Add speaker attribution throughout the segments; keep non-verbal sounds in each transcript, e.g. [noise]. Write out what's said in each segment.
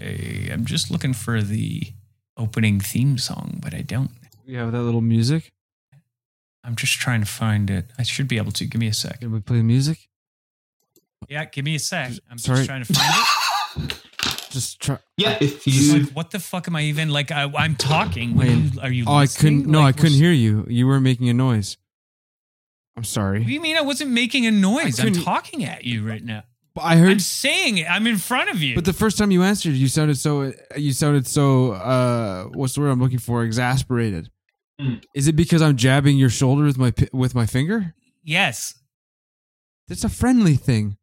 Speaker 1: I, I'm just looking for the opening theme song, but I don't.
Speaker 2: We have that little music.
Speaker 1: I'm just trying to find it. I should be able to. Give me a sec.
Speaker 2: Can we play the music?
Speaker 1: Yeah, give me a sec. I'm
Speaker 2: Sorry.
Speaker 1: just trying to find it.
Speaker 2: Just try.
Speaker 3: Yeah,
Speaker 1: It's
Speaker 3: if you
Speaker 1: like, what the fuck am I even like? I, I'm talking. Were
Speaker 2: Wait.
Speaker 1: you- are you?
Speaker 2: Oh, I
Speaker 1: listening?
Speaker 2: couldn't. No,
Speaker 1: Like,
Speaker 2: I couldn't
Speaker 1: we're-
Speaker 2: hear you. You were making a noise. I'm
Speaker 1: What do
Speaker 2: sorry.
Speaker 1: you mean? I wasn't making a noise.
Speaker 2: I
Speaker 1: I'm
Speaker 2: couldn't-
Speaker 1: talking at you right now.
Speaker 2: But I heard.
Speaker 1: I'm saying it. I'm in front of you.
Speaker 2: But the first time you answered, you sounded so. You sounded so. Uh, what's the word I'm looking for? Exasperated.
Speaker 1: Hmm.
Speaker 3: Mm.
Speaker 2: Is it because I'm jabbing your shoulder with my pi- with my finger?
Speaker 1: yes,
Speaker 2: That's a friendly thing.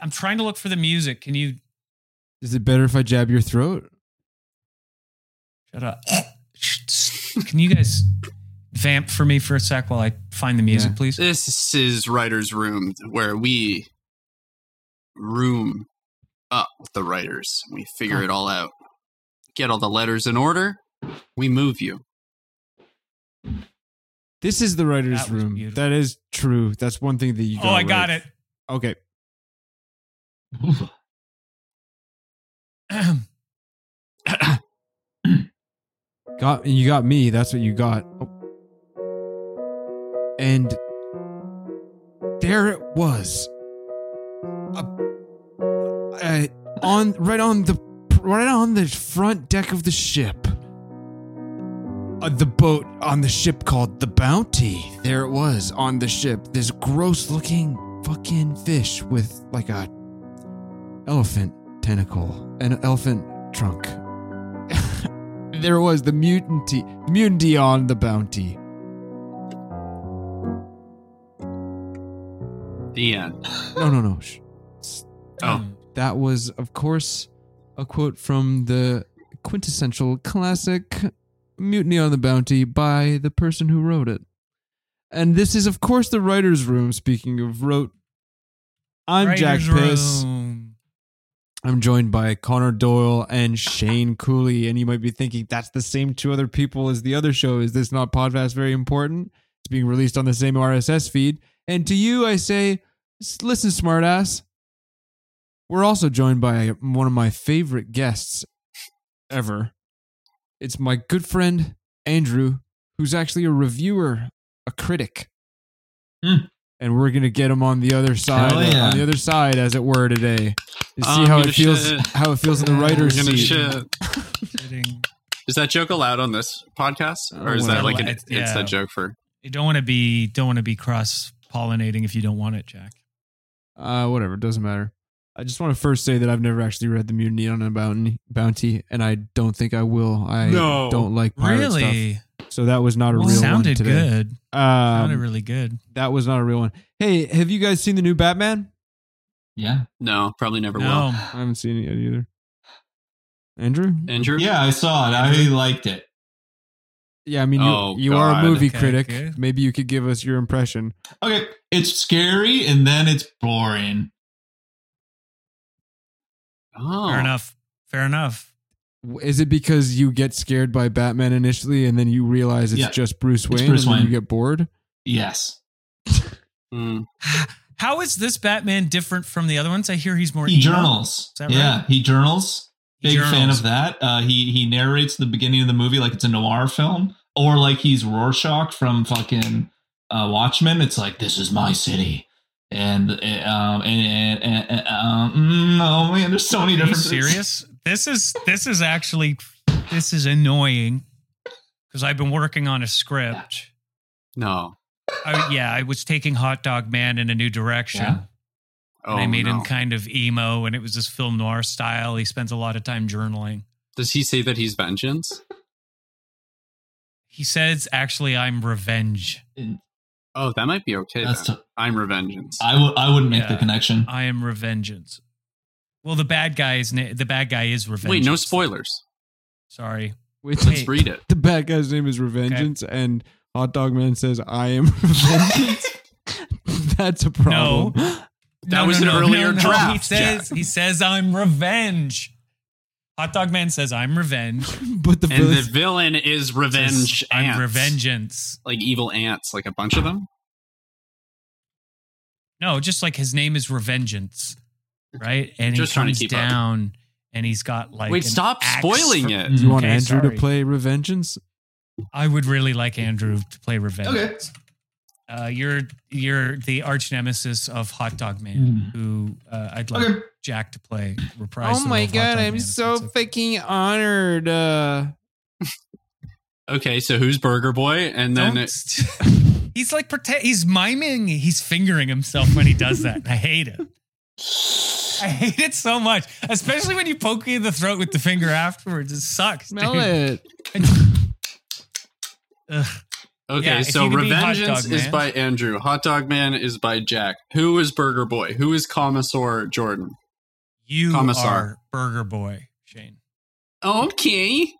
Speaker 1: I'm trying to look for the music. Can you
Speaker 2: Is it better if I jab your throat?
Speaker 1: shut up? Can you guys vamp for me for a sec while I find the music,
Speaker 2: Yeah.
Speaker 1: please?
Speaker 4: This is writer's room where we room up with the writers. We figure it all out. Get all the letters in order. We move you.
Speaker 2: This is the writer's
Speaker 1: That was
Speaker 2: room.
Speaker 1: beautiful.
Speaker 2: That is true. That's one thing that you.
Speaker 1: Oh, I got
Speaker 2: right.
Speaker 1: it.
Speaker 2: Okay.
Speaker 1: [clears throat]
Speaker 2: Got and you got me. That's what you got. Oh. And there it was, a, a- on right on the right on the front deck of the ship, uh, the boat on the ship called the Bounty. There it was on the ship. This gross-looking fucking fish with like a elephant tentacle, an elephant trunk. there was the mutiny, mutiny on the bounty.
Speaker 4: The end.
Speaker 2: No, no, no. Shh.
Speaker 4: Oh.
Speaker 2: That was, of course, a quote from the quintessential classic "Mutiny on the Bounty" by the person who wrote it. And this is, of course, the writers' room. Speaking of wrote, I'm Jack
Speaker 1: Writer's
Speaker 2: Piss.
Speaker 1: room.
Speaker 2: I'm joined by Connor Doyle and Shane Cooley. And you might be thinking, that's the same two other people as the other show. Is this not podcast very important? It's being released on the same RSS feed. And to you, I say, s- listen, smartass. We're also joined by one of my favorite guests ever. It's my good friend, Andrew, who's actually a reviewer, a critic.
Speaker 3: Hmm.
Speaker 2: And we're going to get him on the other side, uh,
Speaker 3: Hell yeah.
Speaker 2: on the other side, as it were, today to see
Speaker 4: I'm
Speaker 2: how
Speaker 4: gonna
Speaker 2: it feels
Speaker 4: shit.
Speaker 2: how it feels in
Speaker 4: [laughs]
Speaker 2: the writer's
Speaker 4: I'm gonna
Speaker 2: seat.
Speaker 4: shit.
Speaker 1: Sitting.
Speaker 4: Is that joke allowed on this podcast, or is
Speaker 2: Oh,
Speaker 4: that
Speaker 2: well,
Speaker 4: like an
Speaker 1: it's- yeah.
Speaker 4: inside joke for?
Speaker 1: You don't want to be don't want to be cross pollinating if you don't want it, Jack.
Speaker 2: Uh, whatever, it doesn't matter. I just want to first say that I've never actually read the Mutiny on a Bounty, bounty and I don't think I will. I
Speaker 4: No.
Speaker 2: don't like pirate
Speaker 1: really?
Speaker 2: stuff, so that was not a
Speaker 1: Well,
Speaker 2: real
Speaker 1: sounded
Speaker 2: one today.
Speaker 1: good. sounded
Speaker 2: Um,
Speaker 1: really good.
Speaker 2: that was not a real one. Hey, have you guys seen the new Batman?
Speaker 3: Yeah.
Speaker 4: No, probably never
Speaker 1: No,
Speaker 2: I haven't seen it yet either. Andrew?
Speaker 4: will. Andrew,
Speaker 3: Yeah, I saw it. I liked it.
Speaker 2: Yeah, I mean, you,
Speaker 4: Oh,
Speaker 2: you are a
Speaker 4: God.
Speaker 2: movie
Speaker 1: Okay,
Speaker 2: critic.
Speaker 1: good.
Speaker 2: Maybe you could give us your impression.
Speaker 3: Okay, it's scary and then it's boring.
Speaker 4: oh,
Speaker 1: fair enough. Fair enough. [sighs]
Speaker 2: W- Is it because you get scared by Batman initially and then you realize it's
Speaker 3: Yeah.
Speaker 2: just Bruce Wayne
Speaker 3: Bruce
Speaker 2: and then
Speaker 3: Wayne.
Speaker 2: you get bored?
Speaker 3: Yes.
Speaker 4: Mm.
Speaker 1: How is this Batman different from the other ones? I hear he's more
Speaker 3: he
Speaker 1: emo.
Speaker 3: journals.
Speaker 1: that
Speaker 3: Yeah, he journals.
Speaker 1: He
Speaker 3: Big fan
Speaker 1: journals.
Speaker 3: of that. Uh, he he narrates the beginning of the movie like it's a noir film, or like he's Rorschach from fucking uh, Watchmen. It's like this is my city, and uh, um and, and, and um mm, oh man, there's so many
Speaker 1: Are you
Speaker 3: differences.
Speaker 1: serious? This is this is actually this is annoying because I've been working on a script.
Speaker 4: no.
Speaker 1: I, yeah, I was taking Hot Dog Man in a new direction.
Speaker 3: Yeah.
Speaker 4: Oh,
Speaker 1: and I made
Speaker 4: no.
Speaker 1: him kind of emo, and it was this film noir style. He spends a lot of time journaling.
Speaker 4: Does he say that he's vengeance?
Speaker 1: He says, "Actually, I'm revenge.
Speaker 4: Oh, that might be okay.
Speaker 3: That's
Speaker 4: then.
Speaker 3: t-
Speaker 4: I'm revengeance.
Speaker 3: I would I wouldn't make
Speaker 1: Yeah. Uh,
Speaker 3: the connection.
Speaker 1: I am revengeance." Well, the bad guy is na- the bad guy is revenge.
Speaker 4: Wait, no spoilers.
Speaker 1: Sorry.
Speaker 2: Wait,
Speaker 1: Wait.
Speaker 4: Let's read it.
Speaker 2: the bad guy's name is Revengeance, and Hot Dog Man says, "I
Speaker 1: [laughs]
Speaker 2: am [laughs] Revengeance." That's a problem.
Speaker 4: That was an earlier draft,
Speaker 1: He says he says I'm revenge. Hot Dog Man says I'm revenge.
Speaker 2: [laughs] But the
Speaker 4: And the
Speaker 2: villain,
Speaker 4: villain is
Speaker 1: Says,
Speaker 4: revenge
Speaker 1: I'm
Speaker 4: ants.
Speaker 1: revengeance.
Speaker 4: Like evil ants, like a bunch of them.
Speaker 1: No, just like his name is Revengeance, right? And
Speaker 4: Just
Speaker 1: he
Speaker 4: trying to
Speaker 1: comes
Speaker 4: keep up.
Speaker 1: down and he's got like
Speaker 4: Wait,
Speaker 1: an
Speaker 4: stop
Speaker 1: axe
Speaker 4: spoiling
Speaker 1: for-
Speaker 4: it.
Speaker 2: Do you want
Speaker 1: Okay,
Speaker 2: Andrew
Speaker 1: sorry.
Speaker 2: to play Revengeance?
Speaker 1: I would really like Andrew to play Revenge.
Speaker 3: Okay.
Speaker 1: Uh, you're you're the arch nemesis of Hot Dog Man,
Speaker 3: Mm.
Speaker 1: who uh, I'd like
Speaker 3: Okay.
Speaker 1: Jack to play. Reprise.
Speaker 2: Oh
Speaker 1: the role of Hot Dog Man if that's okay.
Speaker 2: fucking honored. Uh,
Speaker 4: Okay, so who's Burger Boy? And then
Speaker 1: Don't
Speaker 4: it, [laughs]
Speaker 1: st- he's like pretend. He's miming. He's fingering himself when he does that. I hate it. I hate it so much, especially when you poke me in the throat with the finger afterwards. It sucks.
Speaker 2: smell
Speaker 1: dude.
Speaker 2: it.
Speaker 1: Ugh.
Speaker 4: okay,
Speaker 1: Yeah, if
Speaker 4: so
Speaker 1: you could be Hot
Speaker 4: Revengeance
Speaker 1: Dog
Speaker 4: is
Speaker 1: Man.
Speaker 4: by Andrew. Hot Dog Man is by Jack. Who is Burger Boy? Who is Commissar Jordan?
Speaker 1: [laughs] You
Speaker 4: Commissar.
Speaker 1: are Burger Boy, Shane.
Speaker 4: Okay.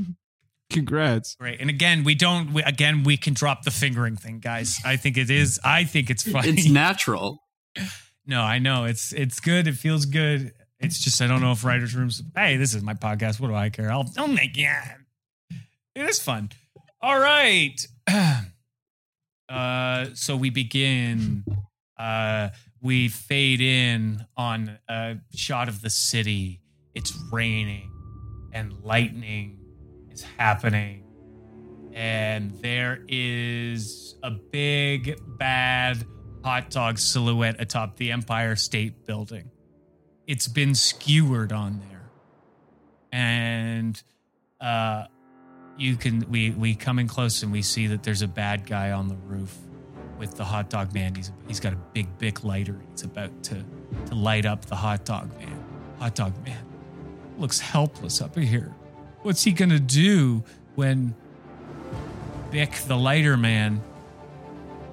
Speaker 2: [laughs] Congrats.
Speaker 1: Great. And again, we don't. We, again, we can drop the fingering thing, guys. I think it is. I think it's funny.
Speaker 4: It's natural.
Speaker 1: no, I know it's it's good. It feels good. It's just I don't know if writers' rooms. Hey, this is my podcast. What do I care? I'll I'll make yeah. It is fun. All right. [clears throat] Uh, so we begin. Uh, we fade in on a shot of the city. It's raining, and lightning is happening, and there is a big bad hot dog silhouette atop the Empire State Building. It's been skewered on there, and uh, you can we we come in close and we see that there's a bad guy on the roof with the hot dog man. He's he's got a big big lighter. He's about to to light up the hot dog man. Hot dog man looks helpless up here. What's he gonna do when Bick the lighter man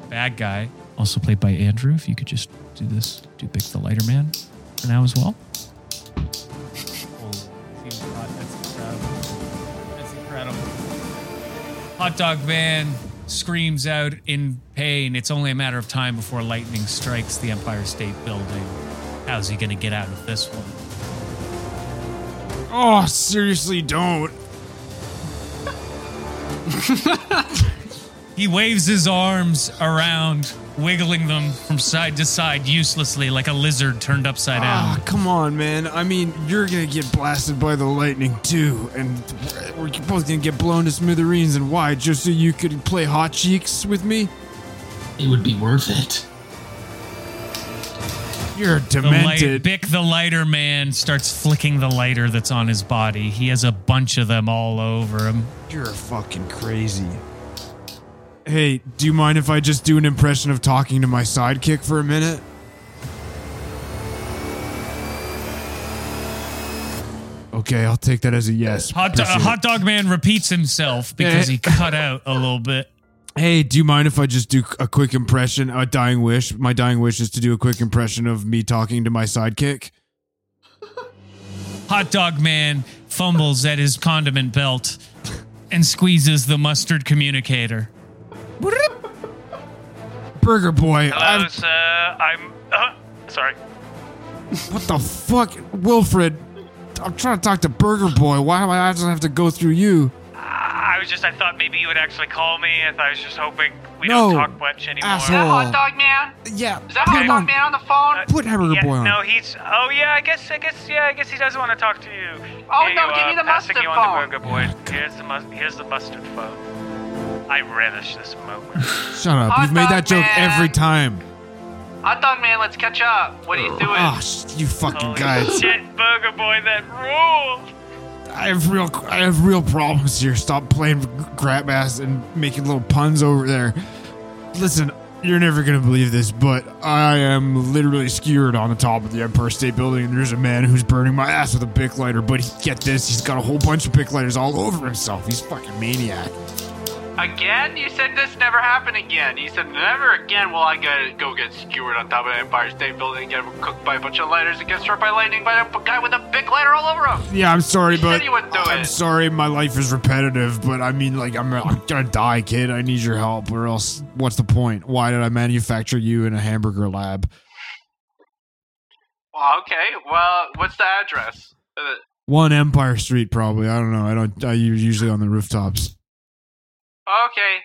Speaker 1: bad guy. Also played by Andrew. If you could just do this, do Big the Lighter Man for now as well. Hot Dog Man screams out in pain. It's only a matter of time before lightning strikes the Empire State Building. How's he going to get out of this one?
Speaker 2: Oh, seriously, don't.
Speaker 1: He waves his arms around, wiggling them from side to side uselessly like a lizard turned upside down.
Speaker 2: Ah, come on, man. I mean, you're gonna get blasted by the lightning too, and we're both gonna get blown to smithereens. And why? Just so you could play hot cheeks with me?
Speaker 3: It would be worth it.
Speaker 2: You're
Speaker 1: The light,
Speaker 2: demented.
Speaker 1: Bick the lighter man starts flicking the lighter that's on his body. He has a bunch of them all over him.
Speaker 2: You're fucking crazy. Hey, do you mind if I just do an impression of talking to my sidekick for a minute? Okay, I'll take that as a yes.
Speaker 1: Hot, do-
Speaker 2: Appreciate it.
Speaker 1: hot dog man repeats himself because he cut out a little bit.
Speaker 2: Hey, do you mind if I just do a quick impression? A dying wish. My dying wish is to do a quick impression of me talking to my sidekick.
Speaker 1: Hot dog man fumbles at his condiment belt and squeezes the mustard communicator.
Speaker 2: Burger boy.
Speaker 5: Hello,
Speaker 2: I'm-
Speaker 5: sir. Uh, I'm. Uh, sorry.
Speaker 2: what the fuck, Wilfred? I'm trying to talk to Burger boy. Why do I just have to go through you?
Speaker 5: I I was just. I thought maybe you would actually call me. I, thought- I was just hoping we
Speaker 2: No,
Speaker 5: don't talk much anymore.
Speaker 2: asshole.
Speaker 6: Hot dog man?
Speaker 2: Yeah,
Speaker 6: Is that
Speaker 2: put
Speaker 6: hot
Speaker 2: him
Speaker 6: dog
Speaker 2: on.
Speaker 6: man on the phone?
Speaker 5: Uh,
Speaker 2: Put Hamburger
Speaker 5: yeah,
Speaker 2: boy on.
Speaker 5: No, he's. Oh yeah. I guess. I guess. Yeah. I guess he doesn't want to talk to you.
Speaker 6: Oh,
Speaker 5: Here
Speaker 6: no,
Speaker 5: you
Speaker 6: give
Speaker 5: are,
Speaker 6: me the
Speaker 5: passing
Speaker 6: mustard
Speaker 5: you
Speaker 6: phone.
Speaker 5: on the burger
Speaker 2: Oh,
Speaker 5: boy. Here's the must. Here's the mustard phone. I relish this
Speaker 2: [laughs]
Speaker 5: moment.
Speaker 2: Shut up.
Speaker 6: Hot
Speaker 2: You've made
Speaker 6: dog
Speaker 2: that joke
Speaker 6: man.
Speaker 2: every time.
Speaker 6: Hot dog man, let's catch up. What are you doing?
Speaker 2: Ah, sh you fucking
Speaker 5: Holy
Speaker 2: guys.
Speaker 5: shit, burger boy, that rules.
Speaker 2: I have real, I have real problems here. Stop playing grab ass and making little puns over there. Listen, you're never gonna believe this, but I am literally skewered on the top of the Empire State Building, and there's a man who's burning my ass with a bic lighter. But he, get this, he's got a whole bunch of bic lighters all over himself. He's a fucking maniac.
Speaker 6: Again? You said this never happened again. You said never again will I get, go get skewered on top of the Empire State Building, get cooked by a bunch of lighters, and get struck by lightning by a guy with a big lighter all over him.
Speaker 2: Yeah, I'm sorry, but
Speaker 6: said you wouldn't do
Speaker 2: I'm
Speaker 6: it.
Speaker 2: sorry, my life is repetitive. But I mean, like, I'm, I'm gonna die, kid. I need your help, or else, what's the point? Why did I manufacture you in a hamburger lab?
Speaker 6: Well, okay. Well, what's the address? Uh,
Speaker 2: One Empire Street, probably. I don't know. I don't. I u- usually on the rooftops.
Speaker 6: okay.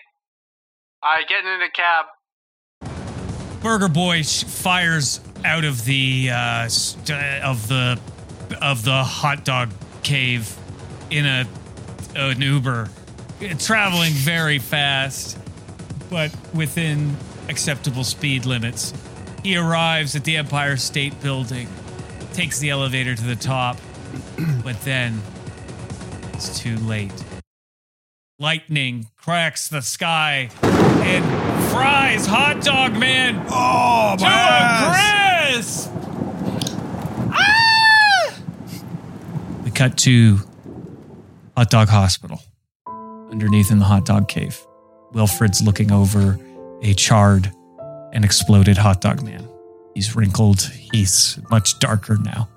Speaker 6: I get in a cab.
Speaker 1: Burger Boy sh- fires out uh, of the uh, st- of the of the hot dog cave in a an Uber, traveling very fast, but within acceptable speed limits. He arrives at the Empire State Building, takes the elevator to the top, [clears throat] but then it's too late. Lightning cracks the sky and fries Hot Dog Man
Speaker 2: Oh,
Speaker 1: to a crisp. Ah! We cut to Hot Dog Hospital. Underneath in the hot dog cave, Wilfred's looking over a charred and exploded hot dog man. He's wrinkled. He's much darker now,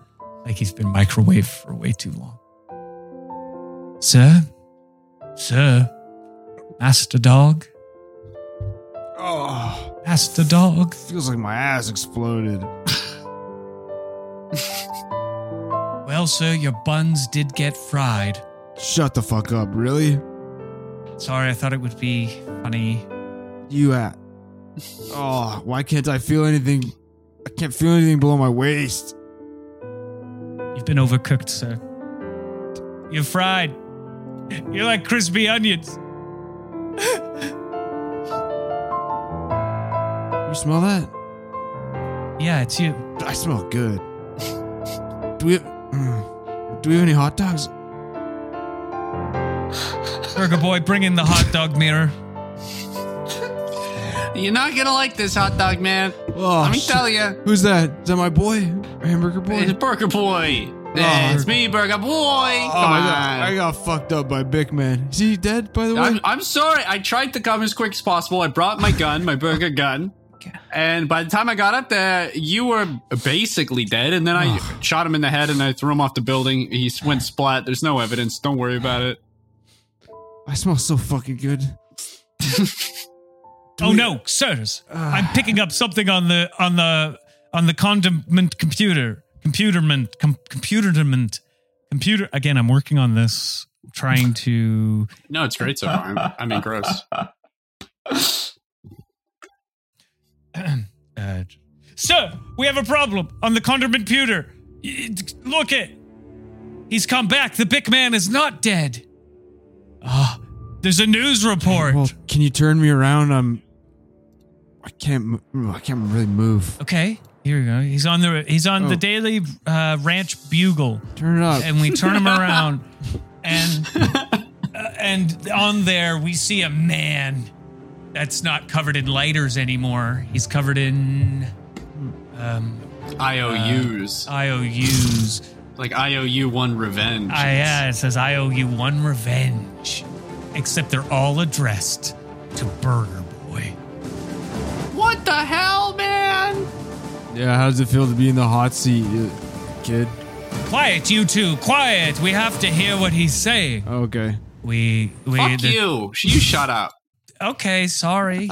Speaker 1: like he's been microwaved for way too long. Sir, sir, Master Dog,
Speaker 2: Oh,
Speaker 1: Master Dog.
Speaker 2: feels like my ass exploded.
Speaker 1: Well, sir, your buns did get fried.
Speaker 2: Shut the fuck up, really?
Speaker 1: Sorry, I thought it would be funny.
Speaker 2: You at? Oh, why can't I feel anything? I can't feel anything below my waist.
Speaker 1: You've been overcooked, sir. You're fried. You're like crispy onions.
Speaker 2: You smell that?
Speaker 1: Yeah, it's you.
Speaker 2: I smell good. Do we? mm, do we have any hot dogs?
Speaker 1: Burger boy, bring in the hot dog mirror.
Speaker 4: You're not gonna like this hot dog, man.
Speaker 2: Oh,
Speaker 4: Let me
Speaker 2: shit.
Speaker 4: tell you,
Speaker 2: Who's that? Is that my boy, Hamburger Boy?
Speaker 4: it's Burger Boy. Yeah, it's me, Burger Boy.
Speaker 2: Oh,
Speaker 4: Come
Speaker 2: I
Speaker 4: on.
Speaker 2: got, I got fucked up by Bic Man. Is he dead, by the way?
Speaker 4: I'm, I'm sorry. I tried to come as quick as possible. I brought my gun, my burger gun. And by the time I got up there, you were basically dead. And then I shot him in the head and I threw him off the building. He s- went splat. There's no evidence. Don't worry about it.
Speaker 2: I smell so fucking good.
Speaker 1: Oh no, sirs! I'm picking up something on the on the on the condiment computer, computerment, com- computerment, computer. Again, I'm working on this, trying to.
Speaker 4: No, it's great so far. I'm, I'm engrossed.
Speaker 1: Uh, Sir, we have a problem on the condiment pewter. Look it. He's come back. The big man is not dead. Ah, there's a news report.
Speaker 2: Well, can you turn me around? I'm. I can't. mo- I can't really move.
Speaker 1: Okay, here we go. He's on the he's on the
Speaker 2: Oh.
Speaker 1: Daily uh, Ranch Bugle,
Speaker 2: Turn it up.
Speaker 1: and we turn him around,
Speaker 2: [laughs]
Speaker 1: and uh, and on there we see a man that's not covered in lighters anymore. He's covered in
Speaker 4: IOUs.
Speaker 1: Uh, IOUs.
Speaker 4: like IOU one revenge.
Speaker 1: I, yeah, it says I owe you one revenge. Except they're all addressed to Burger Boy.
Speaker 4: what the hell, man?
Speaker 2: yeah, how does it feel to be in the hot seat, you kid?
Speaker 1: Quiet, you two, quiet. We have to hear what he's saying.
Speaker 2: Okay.
Speaker 1: We, we,
Speaker 4: Fuck
Speaker 1: the-
Speaker 4: you. You shut up.
Speaker 1: Okay,
Speaker 2: [laughs]
Speaker 1: sorry.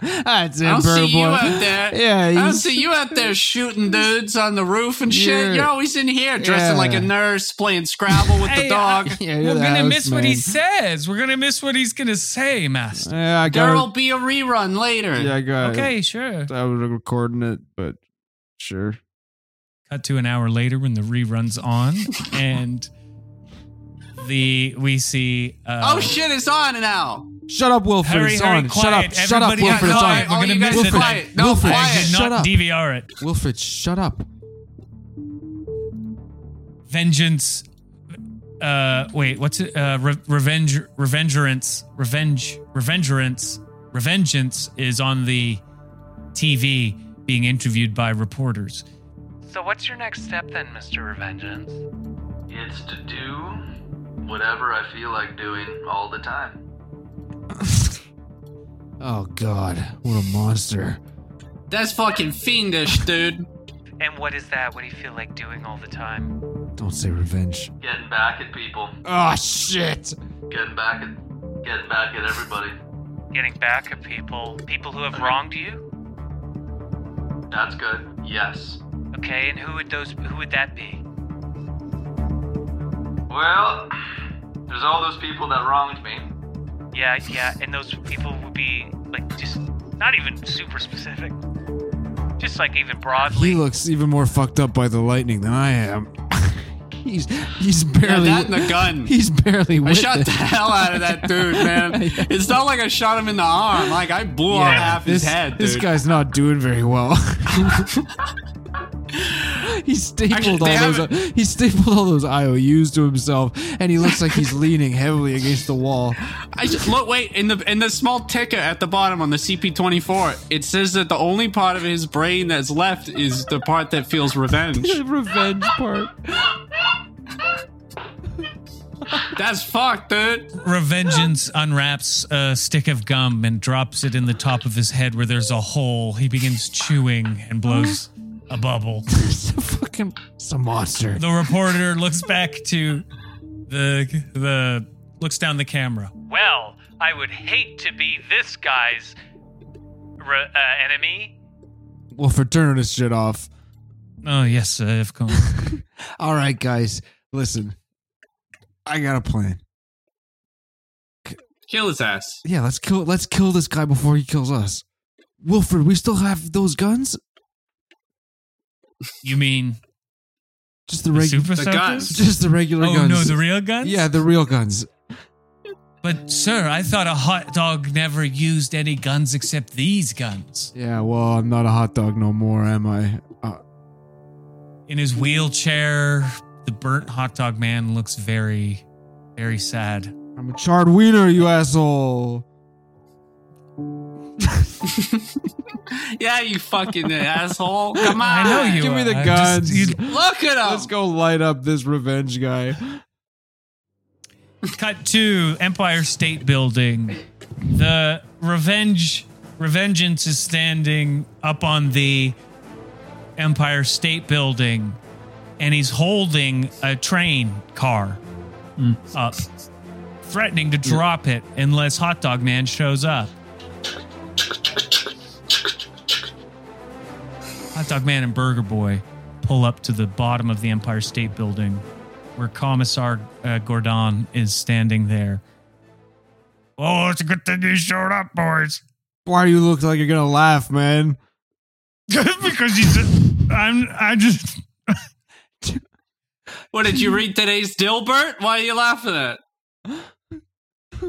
Speaker 2: That's it,
Speaker 4: I don't
Speaker 2: Burger
Speaker 4: see you
Speaker 2: Boy.
Speaker 4: out there.
Speaker 2: [laughs] Yeah,
Speaker 4: I don't
Speaker 2: he's-
Speaker 4: see you out there shooting dudes on the roof and shit.
Speaker 2: Yeah.
Speaker 4: You're always in here dressing
Speaker 2: Yeah.
Speaker 4: like a nurse, playing Scrabble with
Speaker 1: Hey,
Speaker 4: the dog.
Speaker 2: [laughs] Yeah, you're
Speaker 1: We're
Speaker 2: the
Speaker 1: gonna
Speaker 2: house
Speaker 1: miss what
Speaker 2: man.
Speaker 1: he says. We're gonna miss what he's gonna say, Master.
Speaker 2: Yeah, I
Speaker 4: There'll
Speaker 2: got.
Speaker 4: be a rerun later.
Speaker 2: it. Yeah, I got. it.
Speaker 1: Okay, sure.
Speaker 2: I was recording it, but sure.
Speaker 1: Cut to an hour later when the rerun's on, and the we see. Uh,
Speaker 4: Oh shit, it's on now.
Speaker 2: Shut up, Wilfred.
Speaker 1: Hurry,
Speaker 2: it's
Speaker 1: hurry,
Speaker 2: on.
Speaker 1: quiet.
Speaker 2: Shut up. Shut up,
Speaker 1: Everybody
Speaker 2: Wilfred.
Speaker 1: got
Speaker 2: It's
Speaker 1: quiet.
Speaker 2: on.
Speaker 1: We're
Speaker 4: All
Speaker 1: gonna
Speaker 4: you guys
Speaker 1: miss it.
Speaker 4: quiet. No,
Speaker 2: Wilfred.
Speaker 1: I
Speaker 4: quiet.
Speaker 1: did
Speaker 2: Shut
Speaker 1: not
Speaker 2: up.
Speaker 1: DVR it.
Speaker 2: Wilfred, shut up.
Speaker 1: vengeance uh wait what's it uh re- revenge revengerance revenge revengerance revengeance is on the tv being interviewed by reporters
Speaker 5: So, what's your next step then, Mr. Revengeance?
Speaker 7: It's to do whatever I feel like doing all the time.
Speaker 2: Oh God, what a monster!
Speaker 4: That's fucking fiendish,
Speaker 2: [laughs]
Speaker 4: dude.
Speaker 5: And what is that? What do you feel like doing all the time?
Speaker 2: Don't say revenge.
Speaker 7: Getting back at people.
Speaker 2: Oh shit!
Speaker 7: Getting back at getting back at everybody.
Speaker 5: Getting back at people, people who have
Speaker 2: Uh,
Speaker 5: wronged you.
Speaker 7: That's good. Yes.
Speaker 5: Okay, and who would those? Who would that be?
Speaker 7: Well, there's all those people that wronged me.
Speaker 5: Yeah, yeah, and those people would be like just not even super specific, just like even
Speaker 2: He
Speaker 5: broadly.
Speaker 2: looks even more fucked up by the lightning than I am. [laughs] He's he's barely
Speaker 4: that and the gun.
Speaker 2: [laughs] He's barely.
Speaker 4: I
Speaker 2: With
Speaker 4: shot
Speaker 2: it.
Speaker 4: the hell out of that dude,
Speaker 2: [laughs]
Speaker 4: man. It's not like I shot him in the arm. Like I blew off half
Speaker 2: this,
Speaker 4: his head, dude.
Speaker 2: This guy's not doing very well. [laughs] he stapled
Speaker 4: Actually, they
Speaker 2: all those. He stapled all those IOUs to himself, and he looks like
Speaker 4: [laughs]
Speaker 2: he's leaning heavily against the wall.
Speaker 4: I just look wait in the in the small ticker at the bottom on the CP24. It says that the only part of his brain that's left is the part that feels revenge.
Speaker 2: The revenge part.
Speaker 4: That's fucked, dude.
Speaker 1: Revengeance unwraps a stick of gum and drops it in the top of his head where there's a hole. He begins chewing and blows a bubble.
Speaker 2: It's a fucking. It's a monster.
Speaker 1: The reporter looks back to the the looks down the camera.
Speaker 5: Well, I would hate to be this guy's re- uh, enemy.
Speaker 2: Well, for turning this shit off.
Speaker 1: Oh yes, uh, of course.
Speaker 2: All right, guys, listen. I got a plan.
Speaker 4: Kill his ass.
Speaker 2: Yeah, let's kill. Let's kill this guy before he kills us. Wilfred, we still have those guns.
Speaker 1: You mean
Speaker 2: Just the
Speaker 1: the
Speaker 2: regular.
Speaker 1: super
Speaker 4: The
Speaker 1: soakers?
Speaker 4: guns.
Speaker 2: Just the regular
Speaker 1: Oh
Speaker 2: guns.
Speaker 1: no, the real guns.
Speaker 2: yeah, the real guns.
Speaker 1: But sir, I thought a hot dog never used any guns except these guns.
Speaker 2: Yeah, well, I'm not a hot dog no more, am I? Uh,
Speaker 1: In his wheelchair, the burnt hot dog man looks very, very sad.
Speaker 2: I'm a charred wiener, you asshole.
Speaker 4: Yeah, you fucking [laughs] asshole. Come on.
Speaker 1: I know you.
Speaker 2: Give me the
Speaker 1: are. I'm
Speaker 2: guns.
Speaker 1: just- you-
Speaker 4: Look
Speaker 2: [laughs]
Speaker 4: at him.
Speaker 2: Let's go light up this revenge guy.
Speaker 1: cut to Empire State Building. The revenge, revengeance is standing up on the Empire State Building, and he's holding a train car up, threatening to drop it unless Hot Dog Man shows up. Hot Dog Man and Burger Boy pull up to the bottom of the Empire State Building where Commissar uh, Gordon is standing there. Oh, it's a good thing you showed up, boys. [laughs]
Speaker 2: Why do you look like you're gonna laugh, man?
Speaker 1: because he's. I'm. I just.
Speaker 4: What did you read today's Dilbert? Why are you laughing at? it?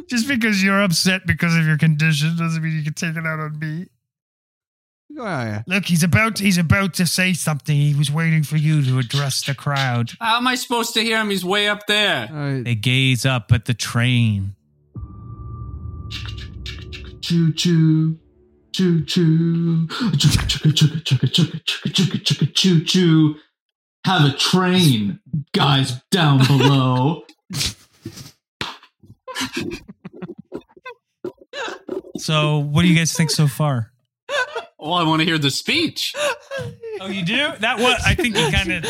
Speaker 1: Just because you're upset because of your condition doesn't mean you can take it out on me.
Speaker 2: Oh, yeah.
Speaker 1: Look, he's about. He's about to say something. He was waiting for you to address the crowd.
Speaker 4: How am I supposed to hear him? He's way up there.
Speaker 2: All right.
Speaker 1: They gaze up at the train.
Speaker 3: Choo choo. Choo choo. Chugga chugga chugga chugga chugga chugga chugga chugga choo choo. Have a train, guys down below.
Speaker 1: So, what do you guys think so far?
Speaker 4: Well, I want to hear the speech.
Speaker 1: Oh, you do? That was. I think you kind of.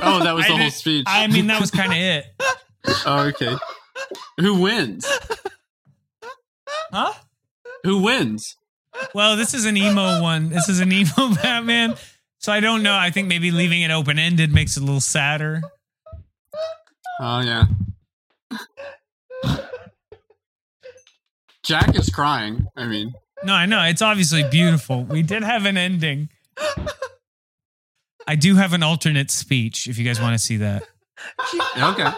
Speaker 4: Oh, [laughs] that was the
Speaker 1: I
Speaker 4: whole
Speaker 1: did-
Speaker 4: speech.
Speaker 1: I mean, that was kind of it.
Speaker 4: [laughs] Oh, okay. Who wins?
Speaker 1: Huh?
Speaker 4: Who wins?
Speaker 1: Well, this is an emo one. This is an emo [laughs] Batman. So I don't know. I think maybe leaving it open ended makes it a little sadder.
Speaker 4: Oh yeah. Jack is crying. I mean,
Speaker 1: No, I know. It's obviously beautiful. We did have an ending. I do have an alternate speech if you guys want to see that.
Speaker 4: okay.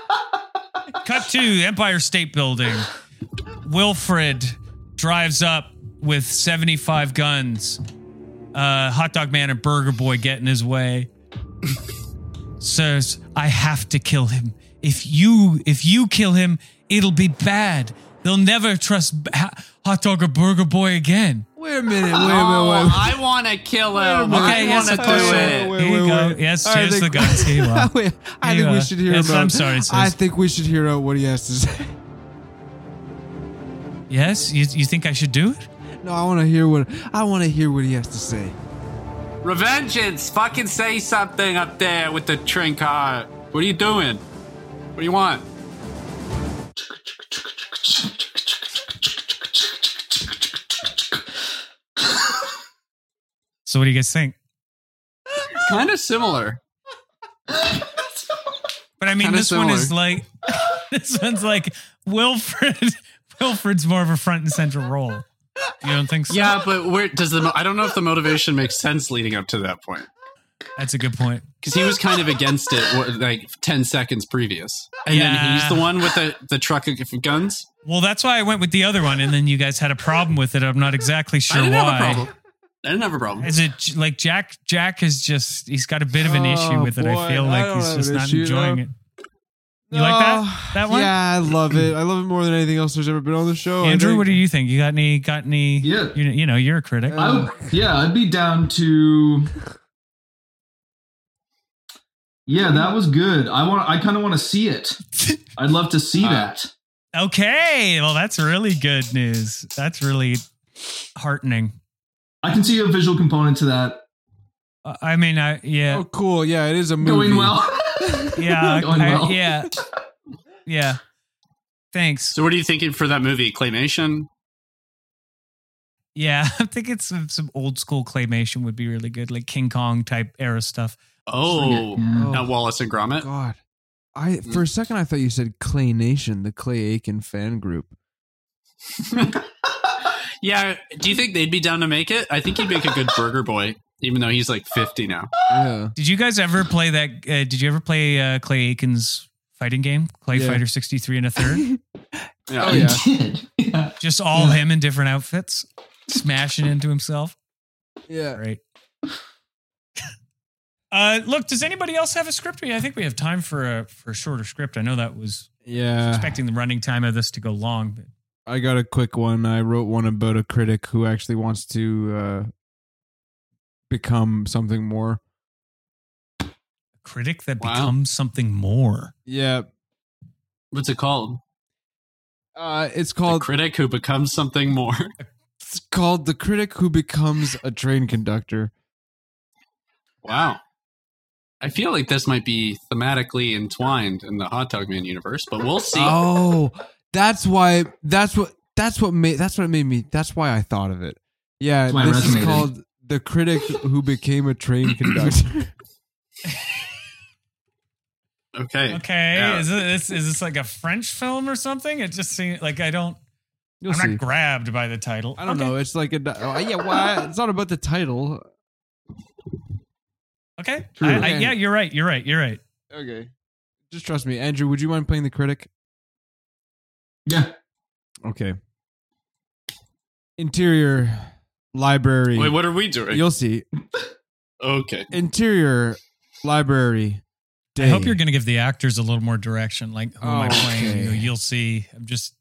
Speaker 1: Cut to Empire State Building. Wilfred drives up with 75 guns. Uh, Hot Dog Man and Burger Boy get in his way. Sirs, I have to kill him. If you if you kill him, it'll be bad. They'll never trust B- Ha- Hot Dog or Burger Boy again.
Speaker 2: Wait a minute. Wait a
Speaker 4: Oh,
Speaker 2: minute. Wait.
Speaker 4: I want to kill him.
Speaker 2: minute.
Speaker 4: I
Speaker 1: Okay, yes,
Speaker 4: want to
Speaker 1: of course.
Speaker 4: do it.
Speaker 1: Here you go. Yes,
Speaker 2: All right,
Speaker 1: here's
Speaker 2: I
Speaker 1: the
Speaker 2: think-
Speaker 1: guys.
Speaker 2: [laughs]
Speaker 1: Here you are.
Speaker 2: Wait, I
Speaker 1: Here
Speaker 2: think
Speaker 1: you
Speaker 2: we
Speaker 1: are.
Speaker 2: should hear
Speaker 1: Yes,
Speaker 2: about.
Speaker 1: I'm sorry, sis.
Speaker 2: I think we should hear out what he has to say. [laughs]
Speaker 1: Yes, you, you think I should do it?
Speaker 2: No, I want to hear what I want to hear what he has to say.
Speaker 4: Revengeance! Fucking say something up there with the train car. What are you doing? What do you want?
Speaker 1: So what do you guys think?
Speaker 4: Kind of similar.
Speaker 1: But I mean,
Speaker 4: Kinda
Speaker 1: this one is
Speaker 4: similar.
Speaker 1: like [laughs] this one's like Wilfred. [laughs] Wilfred's more of a front and center role. You don't think so?
Speaker 4: Yeah, but where does the? mo- I don't know if the motivation makes sense leading up to that point.
Speaker 1: That's a good point.
Speaker 4: because he was kind of against it wha- like 10 seconds previous. And
Speaker 1: Yeah.
Speaker 4: then he's the one with the, the truck of guns.
Speaker 1: Well, that's why I went with the other one, and then you guys had a problem with it. I'm not exactly
Speaker 4: I
Speaker 1: sure
Speaker 4: didn't
Speaker 1: why.
Speaker 4: have a problem. I didn't have a problem.
Speaker 1: Is it like Jack? Jack is just he's got a bit of an issue
Speaker 2: Oh,
Speaker 1: with it.
Speaker 2: boy,
Speaker 1: I feel
Speaker 2: I
Speaker 1: like
Speaker 2: don't
Speaker 1: he's
Speaker 2: have
Speaker 1: just
Speaker 2: an
Speaker 1: not
Speaker 2: issue,
Speaker 1: enjoying
Speaker 2: though.
Speaker 1: it. You like that?
Speaker 2: Oh,
Speaker 1: That one?
Speaker 2: Yeah, I love it. I love it more than anything else there's ever been on the show. I
Speaker 1: Andrew,
Speaker 2: think.
Speaker 1: what do you think? You got any? Got any?
Speaker 3: Yeah.
Speaker 1: You, you know, you're a critic.
Speaker 2: Uh,
Speaker 3: I would, yeah, I'd be down to. Yeah, that was good. I want. I kind of want to see it. I'd love to see
Speaker 4: Uh,
Speaker 3: that.
Speaker 1: okay. Well, that's really good news. That's really heartening.
Speaker 3: I can see a visual component to that
Speaker 1: Uh, I mean, I yeah,
Speaker 2: Oh, cool. Yeah, it is a movie. Oh,
Speaker 3: going well. [laughs]
Speaker 1: yeah,
Speaker 3: Oh, Going
Speaker 1: I-
Speaker 3: well. [laughs]
Speaker 1: yeah, yeah. Thanks.
Speaker 4: So, what are you thinking for that movie? Claymation?
Speaker 1: Yeah, [laughs] I'm thinking some some old school claymation would be really good, like King Kong type era stuff.
Speaker 4: Oh,
Speaker 3: Yeah.
Speaker 4: not Wallace and Gromit.
Speaker 2: God. I for a second I thought you said Clay Nation, the Clay Aiken fan group.
Speaker 4: [laughs] Yeah. Do you think they'd be down to make it? I think he'd make a good burger boy, even though he's like 50 now.
Speaker 2: Yeah.
Speaker 1: Did you guys ever play that? Uh, did you ever play uh, Clay Aiken's fighting game, Clay
Speaker 2: Yeah.
Speaker 1: Fighter 63 and a
Speaker 3: [laughs]
Speaker 1: third?
Speaker 4: Yeah.
Speaker 2: Oh, yeah.
Speaker 3: I did. [laughs] Yeah.
Speaker 1: Just all him in different outfits, smashing into himself.
Speaker 2: Yeah.
Speaker 1: Great. [laughs] Uh, look, does anybody else have a script? I think we have time for a for a shorter script. I know that was
Speaker 2: Yeah.
Speaker 1: expecting the running time of this to go long, but
Speaker 2: I got a quick one. I wrote one about a critic who actually wants to uh become something more.
Speaker 1: a critic that
Speaker 4: Wow.
Speaker 1: becomes something more.
Speaker 2: Yeah.
Speaker 4: What's it called?
Speaker 2: Uh it's
Speaker 4: A
Speaker 2: called
Speaker 4: critic who becomes
Speaker 2: [laughs]
Speaker 4: something more.
Speaker 2: it's called The Critic Who Becomes a Train Conductor.
Speaker 4: Wow. I feel like this might be thematically entwined in the Hot Dog Man universe, but we'll see.
Speaker 2: Oh, that's why. That's what. That's what made. That's what made me. That's why I thought of it. Yeah,
Speaker 3: That's why it
Speaker 2: this is
Speaker 3: resonated.
Speaker 2: called the critic who became a train conductor.
Speaker 4: Okay.
Speaker 1: Okay,
Speaker 4: Yeah.
Speaker 1: is this is this like a French film or something? It just seems like I don't.
Speaker 2: You'll
Speaker 1: I'm
Speaker 2: see.
Speaker 1: not grabbed by the title.
Speaker 2: I don't know. It's like a. Oh, yeah, why? It's not about the title.
Speaker 1: Okay.
Speaker 3: True.
Speaker 1: I, I,
Speaker 2: Okay.
Speaker 1: yeah, you're right. You're right. You're right.
Speaker 2: Okay, just trust me, Andrew. Would you mind playing the critic?
Speaker 3: Yeah.
Speaker 2: Okay. Interior library.
Speaker 4: Wait, what are we doing?
Speaker 2: You'll see.
Speaker 4: okay.
Speaker 2: Interior library. Day.
Speaker 1: I hope you're going to give the actors a little more direction. Like, who am I
Speaker 2: Okay.
Speaker 1: playing? You? You'll see. I'm just.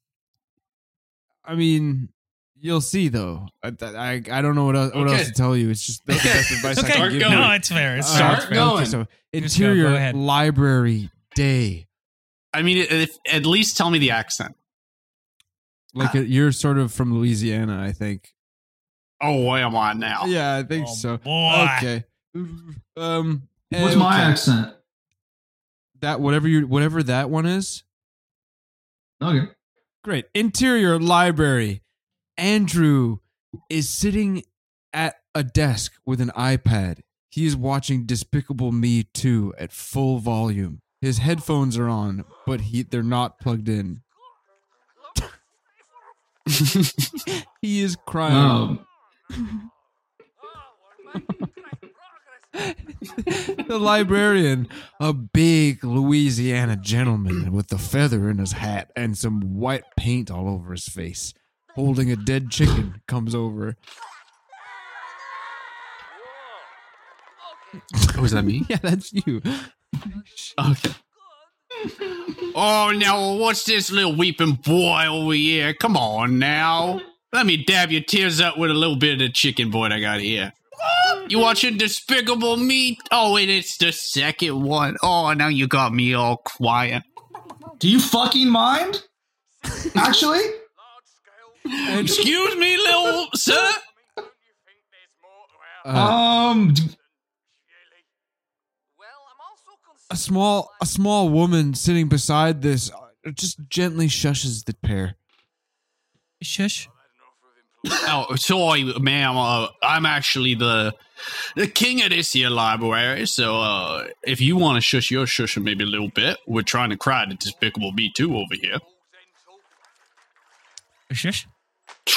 Speaker 2: I mean, you'll see though. I I, I don't know what else, what
Speaker 4: Okay.
Speaker 2: else to tell you. It's just that's
Speaker 1: [laughs]
Speaker 2: the best advice I
Speaker 1: Okay.
Speaker 2: can
Speaker 4: start
Speaker 2: give
Speaker 4: going.
Speaker 1: No,
Speaker 2: you.
Speaker 1: it's fair. It's
Speaker 2: All
Speaker 1: fair.
Speaker 4: Start
Speaker 1: It's fair.
Speaker 4: going.
Speaker 2: So,
Speaker 1: Just go, go
Speaker 2: interior
Speaker 1: ahead.
Speaker 2: library day.
Speaker 4: I mean, if, at least tell me the accent.
Speaker 2: Like a, you're sort of from Louisiana, I think.
Speaker 4: Oh, boy, I'm on now.
Speaker 2: Yeah, I think
Speaker 1: Oh,
Speaker 2: so.
Speaker 1: Boy.
Speaker 2: Okay. Um.
Speaker 3: What's
Speaker 2: eh,
Speaker 3: my
Speaker 2: okay.
Speaker 3: accent?
Speaker 2: That whatever you whatever that one is.
Speaker 3: Okay.
Speaker 2: Great. Interior library. Andrew is sitting at a desk with an iPad. He is watching Despicable Me 2 at full volume. His headphones are on, but he they're not plugged in. [laughs] he is crying.
Speaker 3: Um,
Speaker 2: [laughs] the librarian, a big Louisiana gentleman with a feather in his hat and some white paint all over his face, holding a dead chicken, comes over. [laughs]
Speaker 4: Oh, is that me?
Speaker 2: Yeah, that's you.
Speaker 4: Okay. oh, now what's this little weeping boy over here? Come on now. Let me dab your tears up with a little bit of the chicken boy I got here. You watching Despicable Me? Oh, and it's the second one. Oh, now you got me all quiet.
Speaker 3: do you fucking mind? Actually,
Speaker 4: Excuse me, little sir.
Speaker 2: Uh,
Speaker 3: um, d-
Speaker 2: a small a small woman sitting beside this uh, just gently shushes the pair.
Speaker 1: Shush.
Speaker 4: Oh, sorry, ma'am. Uh, I'm actually the the king of this here library. So uh, if you want to shush your shushing maybe a little bit, we're trying to cry to Despicable Me too over here.
Speaker 1: Shush.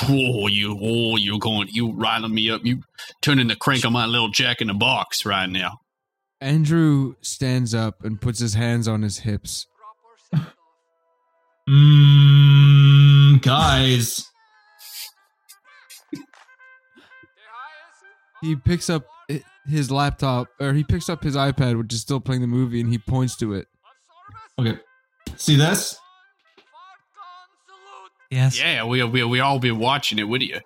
Speaker 4: Oh, you, oh, you're going, you riling me up. You turning the crank on my little jack in the box right now.
Speaker 2: Andrew stands up and puts his hands on his hips.
Speaker 3: Mm, guys.
Speaker 2: He picks up i- his laptop, or he picks up his iPad, which is still playing the movie, and he points to it.
Speaker 3: Okay. See this?
Speaker 1: Yes.
Speaker 4: Yeah, we we we all be watching it, would you?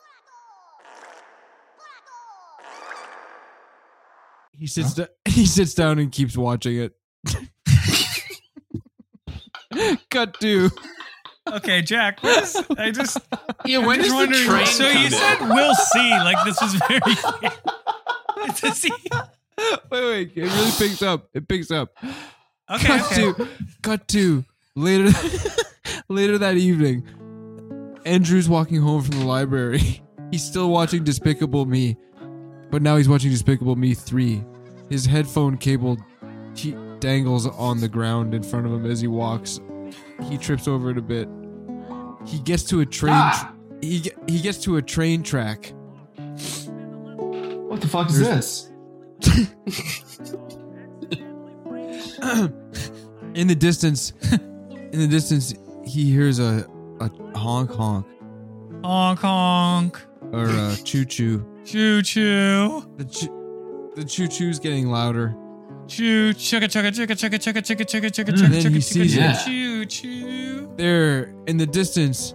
Speaker 2: He sits. da- [laughs] he sits down and keeps watching it. [laughs] Cut to.
Speaker 1: Okay, Jack. what is- I just,
Speaker 4: Yeah, when
Speaker 1: just wondering. so you
Speaker 4: come
Speaker 1: said we'll see. Like this was very. [laughs] to see.
Speaker 2: [laughs] Wait, wait. It really picks up. It picks up.
Speaker 1: Okay.
Speaker 2: cut
Speaker 1: okay.
Speaker 2: to cut to later [laughs] later that evening andrew's walking home from the library [laughs] he's still watching despicable me but now he's watching despicable me 3 his headphone cable he dangles on the ground in front of him as he walks he trips over it a bit he gets to a train tr- he, ge- he gets to a train track
Speaker 3: What the fuck is this?
Speaker 2: in the distance in the distance he hears a, a honk honk
Speaker 1: Honk honk.
Speaker 2: or a choo choo
Speaker 1: Choo choo.
Speaker 2: The choo- the choo choo's getting louder.
Speaker 1: Choo chugga chugga chugga chugga chugga chugga chugga chugga
Speaker 2: Mm.
Speaker 1: chugga
Speaker 2: Then he
Speaker 1: chugga
Speaker 2: sees
Speaker 1: chugga
Speaker 3: it.
Speaker 1: choo choo.
Speaker 2: There in the distance,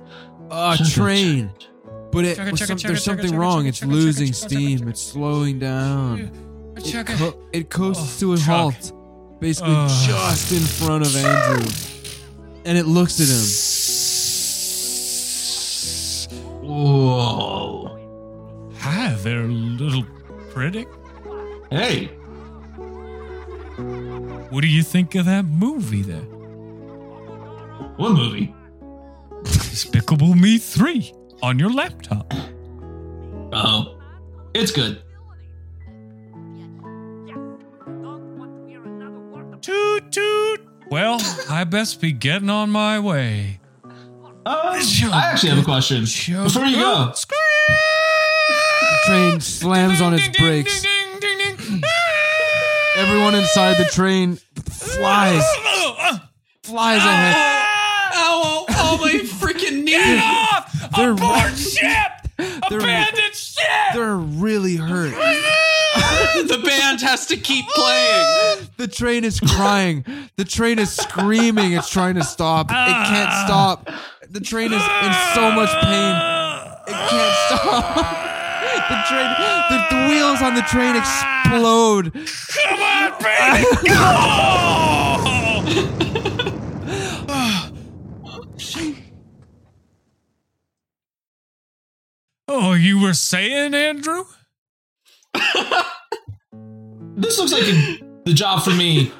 Speaker 2: a
Speaker 3: Chugga,
Speaker 2: train, but it,
Speaker 1: Chugga,
Speaker 2: with
Speaker 1: chugga,
Speaker 2: some-
Speaker 1: chugga,
Speaker 2: there's
Speaker 1: chugga,
Speaker 2: something
Speaker 1: chugga,
Speaker 2: wrong.
Speaker 1: chugga,
Speaker 2: It's
Speaker 1: chugga, chugga,
Speaker 2: losing
Speaker 1: chugga, chugga,
Speaker 2: steam.
Speaker 1: chugga,
Speaker 2: It's slowing down. It,
Speaker 1: Chugga.
Speaker 2: co- it coasts
Speaker 1: Oh,
Speaker 2: to a
Speaker 1: chug.
Speaker 2: halt, basically
Speaker 1: Oh.
Speaker 2: just in front of Andrew, and it looks at him.
Speaker 3: Whoa.
Speaker 1: Hi there, little critic.
Speaker 3: Hey.
Speaker 1: What do you think of that movie there?
Speaker 3: What movie?
Speaker 1: Despicable Me 3 on your laptop.
Speaker 3: Oh. It's good.
Speaker 1: Toot toot. Well, I best be getting on my way.
Speaker 3: Uh, I actually have a question. Before you
Speaker 1: Oh.
Speaker 3: go,
Speaker 2: The train slams on its brakes.
Speaker 1: Ding ding ding. ding.
Speaker 2: Everyone inside the train flies,
Speaker 1: Oh,
Speaker 2: flies ahead.
Speaker 4: Oh, oh [laughs] my freaking knee!
Speaker 1: Off!
Speaker 2: They're-
Speaker 1: Aboard ship!
Speaker 2: [laughs] They're-
Speaker 1: Abandoned ship!
Speaker 2: They're really hurt.
Speaker 4: the band has to keep playing.
Speaker 2: The train is crying. The train is screaming. It's trying to stop. It can't stop. The train is in so much pain. It can't stop. [laughs] The train, the, the wheels on the train explode.
Speaker 1: Come on, baby! Oh! [sighs] Go! oh, you were saying, Andrew?
Speaker 3: this looks like a, the job for me.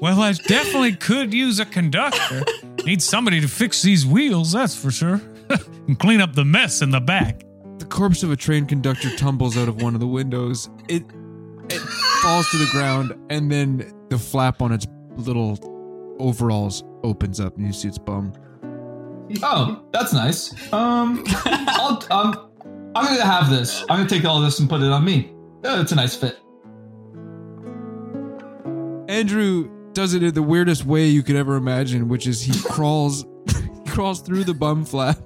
Speaker 1: Well, I definitely could use a conductor. Need somebody to fix these wheels, that's for sure. [laughs] and clean up the mess in the back.
Speaker 2: The corpse of a train conductor tumbles out of one of the windows. It it falls to the ground, and then the flap on its little overalls opens up, and you see its bum.
Speaker 3: Oh, that's nice. Um, I'll, um, I'm gonna have this. I'm gonna take all this and put it on me. Uh, it's a nice fit.
Speaker 2: Andrew does it in the weirdest way you could ever imagine, which is he [laughs] crawls he crawls through the bum flap.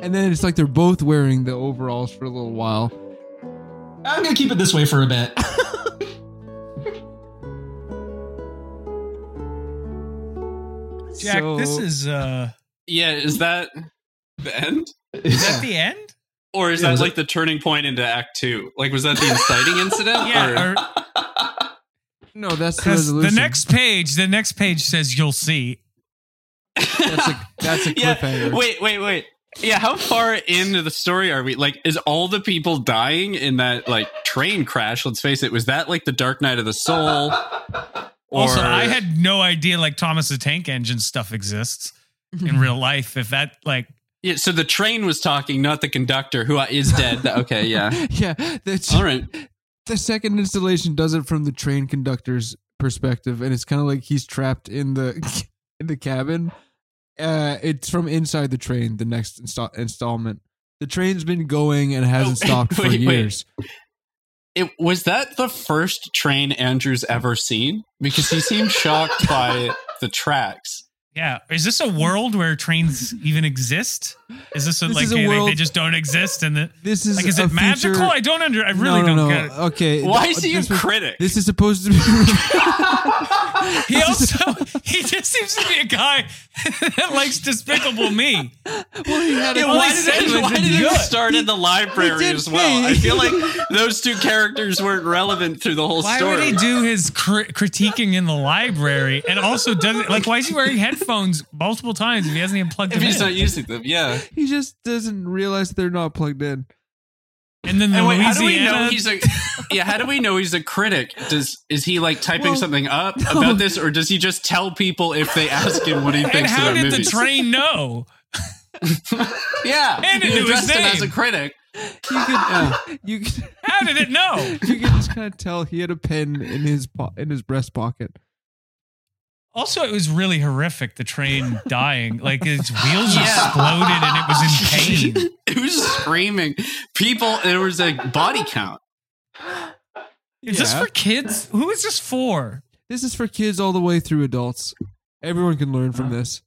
Speaker 2: and then it's like they're both wearing the overalls for a little while.
Speaker 3: I'm gonna keep it this way for a bit.
Speaker 1: Jack, this
Speaker 2: So-
Speaker 1: is
Speaker 2: [laughs]
Speaker 1: uh
Speaker 4: Yeah, is that the end?
Speaker 1: is that the
Speaker 2: [laughs]
Speaker 1: end?
Speaker 4: Or is
Speaker 3: Yeah,
Speaker 4: that
Speaker 3: was
Speaker 4: like the turning point into Act Two? Like, was that the [laughs] inciting incident?
Speaker 1: Yeah,
Speaker 4: or-
Speaker 1: or-
Speaker 2: No, that's the
Speaker 1: 'cause the
Speaker 2: resolution.
Speaker 1: next page, the next page says you'll see.
Speaker 2: that's a that's a
Speaker 4: [laughs] yeah.
Speaker 2: cliffhanger.
Speaker 4: Wait, wait, wait. Yeah, how far into the story are we? Like, is all the people dying in that like train crash? Let's face it, was that like the Dark Night of
Speaker 2: [laughs]
Speaker 4: the Soul? Or
Speaker 1: also, I had no idea like Thomas the Tank Engine stuff exists in
Speaker 2: [laughs]
Speaker 1: real life. If that like
Speaker 4: yeah, so the train was talking, not the conductor, who is dead. okay, yeah.
Speaker 2: [laughs]
Speaker 4: [laughs]
Speaker 2: Yeah, the,
Speaker 4: All right.
Speaker 2: the second installation does it from the train conductor's perspective, and it's kind of like he's trapped in the [laughs] in the cabin. Uh, it's from inside the train.
Speaker 1: [laughs]
Speaker 2: The next insta- installment, the train's been going and hasn't
Speaker 4: Oh,
Speaker 2: stopped for
Speaker 4: wait, wait.
Speaker 2: years.
Speaker 4: it was that the first train Andrew's ever seen because he seemed shocked by the
Speaker 2: [laughs]
Speaker 4: tracks.
Speaker 1: Yeah. Is this a world where trains even exist? Is this, a,
Speaker 2: This
Speaker 1: like
Speaker 2: is a
Speaker 1: they- they,
Speaker 2: world-
Speaker 1: they just don't exist? And the,
Speaker 2: [laughs] This is
Speaker 1: like, is
Speaker 2: a
Speaker 1: it magical?
Speaker 2: future-
Speaker 1: I don't under. I really
Speaker 2: no,
Speaker 1: don't
Speaker 2: Uh, no, no.
Speaker 1: get it.
Speaker 2: Okay.
Speaker 4: Why
Speaker 2: th-
Speaker 4: is he a
Speaker 2: this was-
Speaker 4: critic?
Speaker 2: This is supposed to be. [laughs]
Speaker 1: He also [laughs] he just seems to be a guy [laughs] that likes Despicable Me. [laughs]
Speaker 4: Yeah,
Speaker 1: only
Speaker 4: why did,
Speaker 1: sandwich
Speaker 4: it, why
Speaker 1: is
Speaker 4: did it
Speaker 1: good.
Speaker 4: start in the library
Speaker 2: did
Speaker 4: as well? I
Speaker 1: [laughs]
Speaker 2: say-
Speaker 4: feel like those two characters weren't relevant through the whole
Speaker 1: Why
Speaker 4: story.
Speaker 1: would he do his cri- critiquing in the library? And also, doesn't like why is he wearing headphones multiple times if he hasn't even plugged
Speaker 4: if
Speaker 1: them
Speaker 4: he's
Speaker 1: in?
Speaker 4: not using them, yeah.
Speaker 2: he just doesn't realize they're not plugged in.
Speaker 1: and then the
Speaker 4: And wait, how do we
Speaker 1: Louisiana,
Speaker 4: know he's a? Yeah, how do we know he's a critic? Does is he like typing something up about this, or does he just tell people if they ask him what he
Speaker 1: and
Speaker 4: thinks
Speaker 1: how
Speaker 4: about
Speaker 1: did
Speaker 4: movies?
Speaker 1: the train know?
Speaker 4: yeah,
Speaker 1: And it
Speaker 4: he
Speaker 1: knew his
Speaker 4: addressed him
Speaker 1: name.
Speaker 4: as a critic.
Speaker 2: You
Speaker 1: [laughs]
Speaker 2: could, uh, you could,
Speaker 1: How did it know?
Speaker 2: you could just kind of tell he had a pen in his po- in his breast pocket.
Speaker 1: [laughs] Also, it was really horrific. The train dying, like its wheels
Speaker 4: Yeah.
Speaker 1: exploded, and it [laughs] was
Speaker 4: [laughs]
Speaker 1: in pain.
Speaker 4: It was screaming. People, there was a body count.
Speaker 1: Is this
Speaker 2: Yeah.
Speaker 1: for kids? Who is this for?
Speaker 2: This is for kids all the way through adults. Everyone can learn
Speaker 1: Uh-huh.
Speaker 2: from this.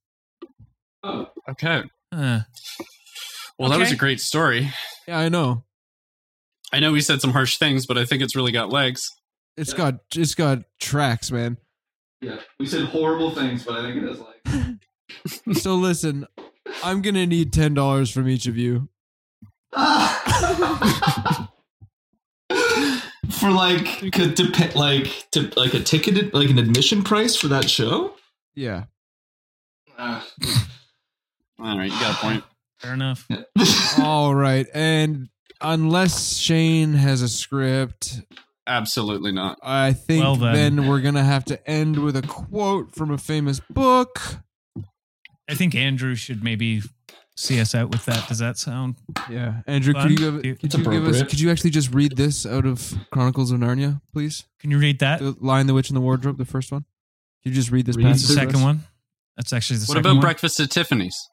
Speaker 4: Okay.
Speaker 1: Uh,
Speaker 4: Well, that was
Speaker 1: Okay.
Speaker 4: a great story.
Speaker 2: Yeah, I know.
Speaker 4: I know we said some harsh things, but I think it's really got legs.
Speaker 2: It's got it's got tracks, man.
Speaker 3: Yeah, we said horrible things, but I think it is like.
Speaker 2: So listen, I'm gonna need ten dollars from each of you.
Speaker 3: [laughs] for like could depend like to like a ticketed like an admission price for that show
Speaker 2: Yeah.
Speaker 3: uh,
Speaker 4: All right, you got a point.
Speaker 1: fair enough.
Speaker 2: All right, and unless Shane has a script,
Speaker 4: Absolutely not.
Speaker 2: I think
Speaker 1: Well,
Speaker 2: then.
Speaker 1: then.
Speaker 2: we're gonna have to end with a quote from a famous book.
Speaker 1: I think Andrew should maybe see us out with that. Does that sound?
Speaker 2: Yeah, Andrew,
Speaker 1: Fun.
Speaker 2: could you, give,
Speaker 1: Dude,
Speaker 2: could
Speaker 3: it's
Speaker 2: you give us?
Speaker 3: appropriate.
Speaker 2: Could you actually just read this out of Chronicles of Narnia, please?
Speaker 1: Can you read that?
Speaker 2: The Lion, the Witch, and the Wardrobe, the first one. Could you just read this?
Speaker 3: Read
Speaker 1: That's the
Speaker 2: passage to
Speaker 1: second
Speaker 2: us?
Speaker 1: one. That's actually the
Speaker 4: What
Speaker 1: second
Speaker 4: about
Speaker 1: one.
Speaker 4: Breakfast at Tiffany's?
Speaker 2: I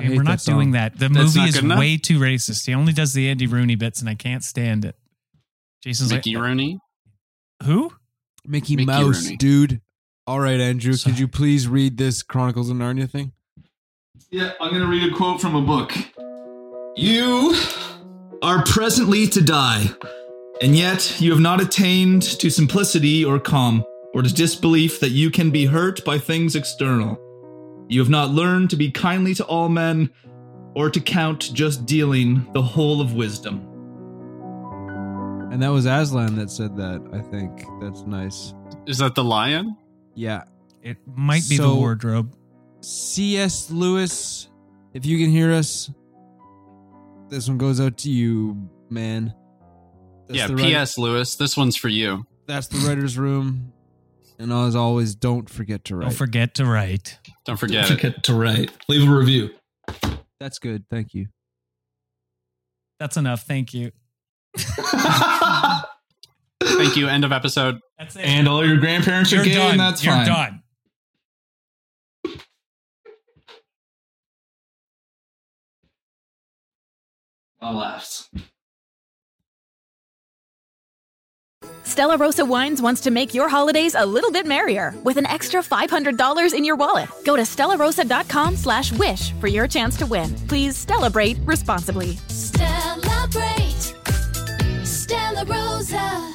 Speaker 1: Shane,
Speaker 2: hate
Speaker 1: We're
Speaker 2: that
Speaker 1: not
Speaker 2: song.
Speaker 1: doing that. The
Speaker 4: That's
Speaker 1: movie
Speaker 4: not
Speaker 1: is
Speaker 4: good enough?
Speaker 1: way too racist. He only does the Andy Rooney bits, and I can't stand it. Jason's
Speaker 4: Mickey
Speaker 1: like,
Speaker 4: Rooney?
Speaker 1: who?
Speaker 2: Mickey,
Speaker 4: Mickey
Speaker 2: Mouse,
Speaker 4: Rooney.
Speaker 2: dude. All right, Andrew,
Speaker 1: Sorry.
Speaker 2: could you please read this Chronicles of Narnia thing?
Speaker 3: yeah i'm gonna read a quote from a book you are presently to die and yet you have not attained to simplicity or calm or to disbelief that you can be hurt by things external you have not learned to be kindly to all men or to count just dealing the whole of wisdom
Speaker 2: And that was Aslan that said that. I think that's nice.
Speaker 4: Is that the lion?
Speaker 2: Yeah,
Speaker 1: It might be the
Speaker 2: So-
Speaker 1: wardrobe.
Speaker 2: C.S. Lewis, if you can hear us, this one goes out to you, man. That's
Speaker 4: yeah,
Speaker 2: the writer-
Speaker 4: P.S. Lewis, this one's for you.
Speaker 2: that's the writer's room. And as always, don't forget to write.
Speaker 1: Don't forget to write. [laughs]
Speaker 4: Don't forget it.
Speaker 3: forget to write leave a review
Speaker 2: that's good. Thank you.
Speaker 1: That's enough. Thank you.
Speaker 4: Thank you. End of episode.
Speaker 1: That's it.
Speaker 3: [laughs] and all your grandparents
Speaker 1: you're
Speaker 3: are gay,
Speaker 1: done.
Speaker 3: and that's
Speaker 1: you're
Speaker 3: fine.
Speaker 1: done.
Speaker 3: I laughed.
Speaker 8: Stella Rosa Wines wants to make your holidays a little bit merrier with an extra $500 in your wallet. Go to stellarosa.com slash wish for your chance to win. Please celebrate responsibly.
Speaker 9: Celebrate. Stella Rosa.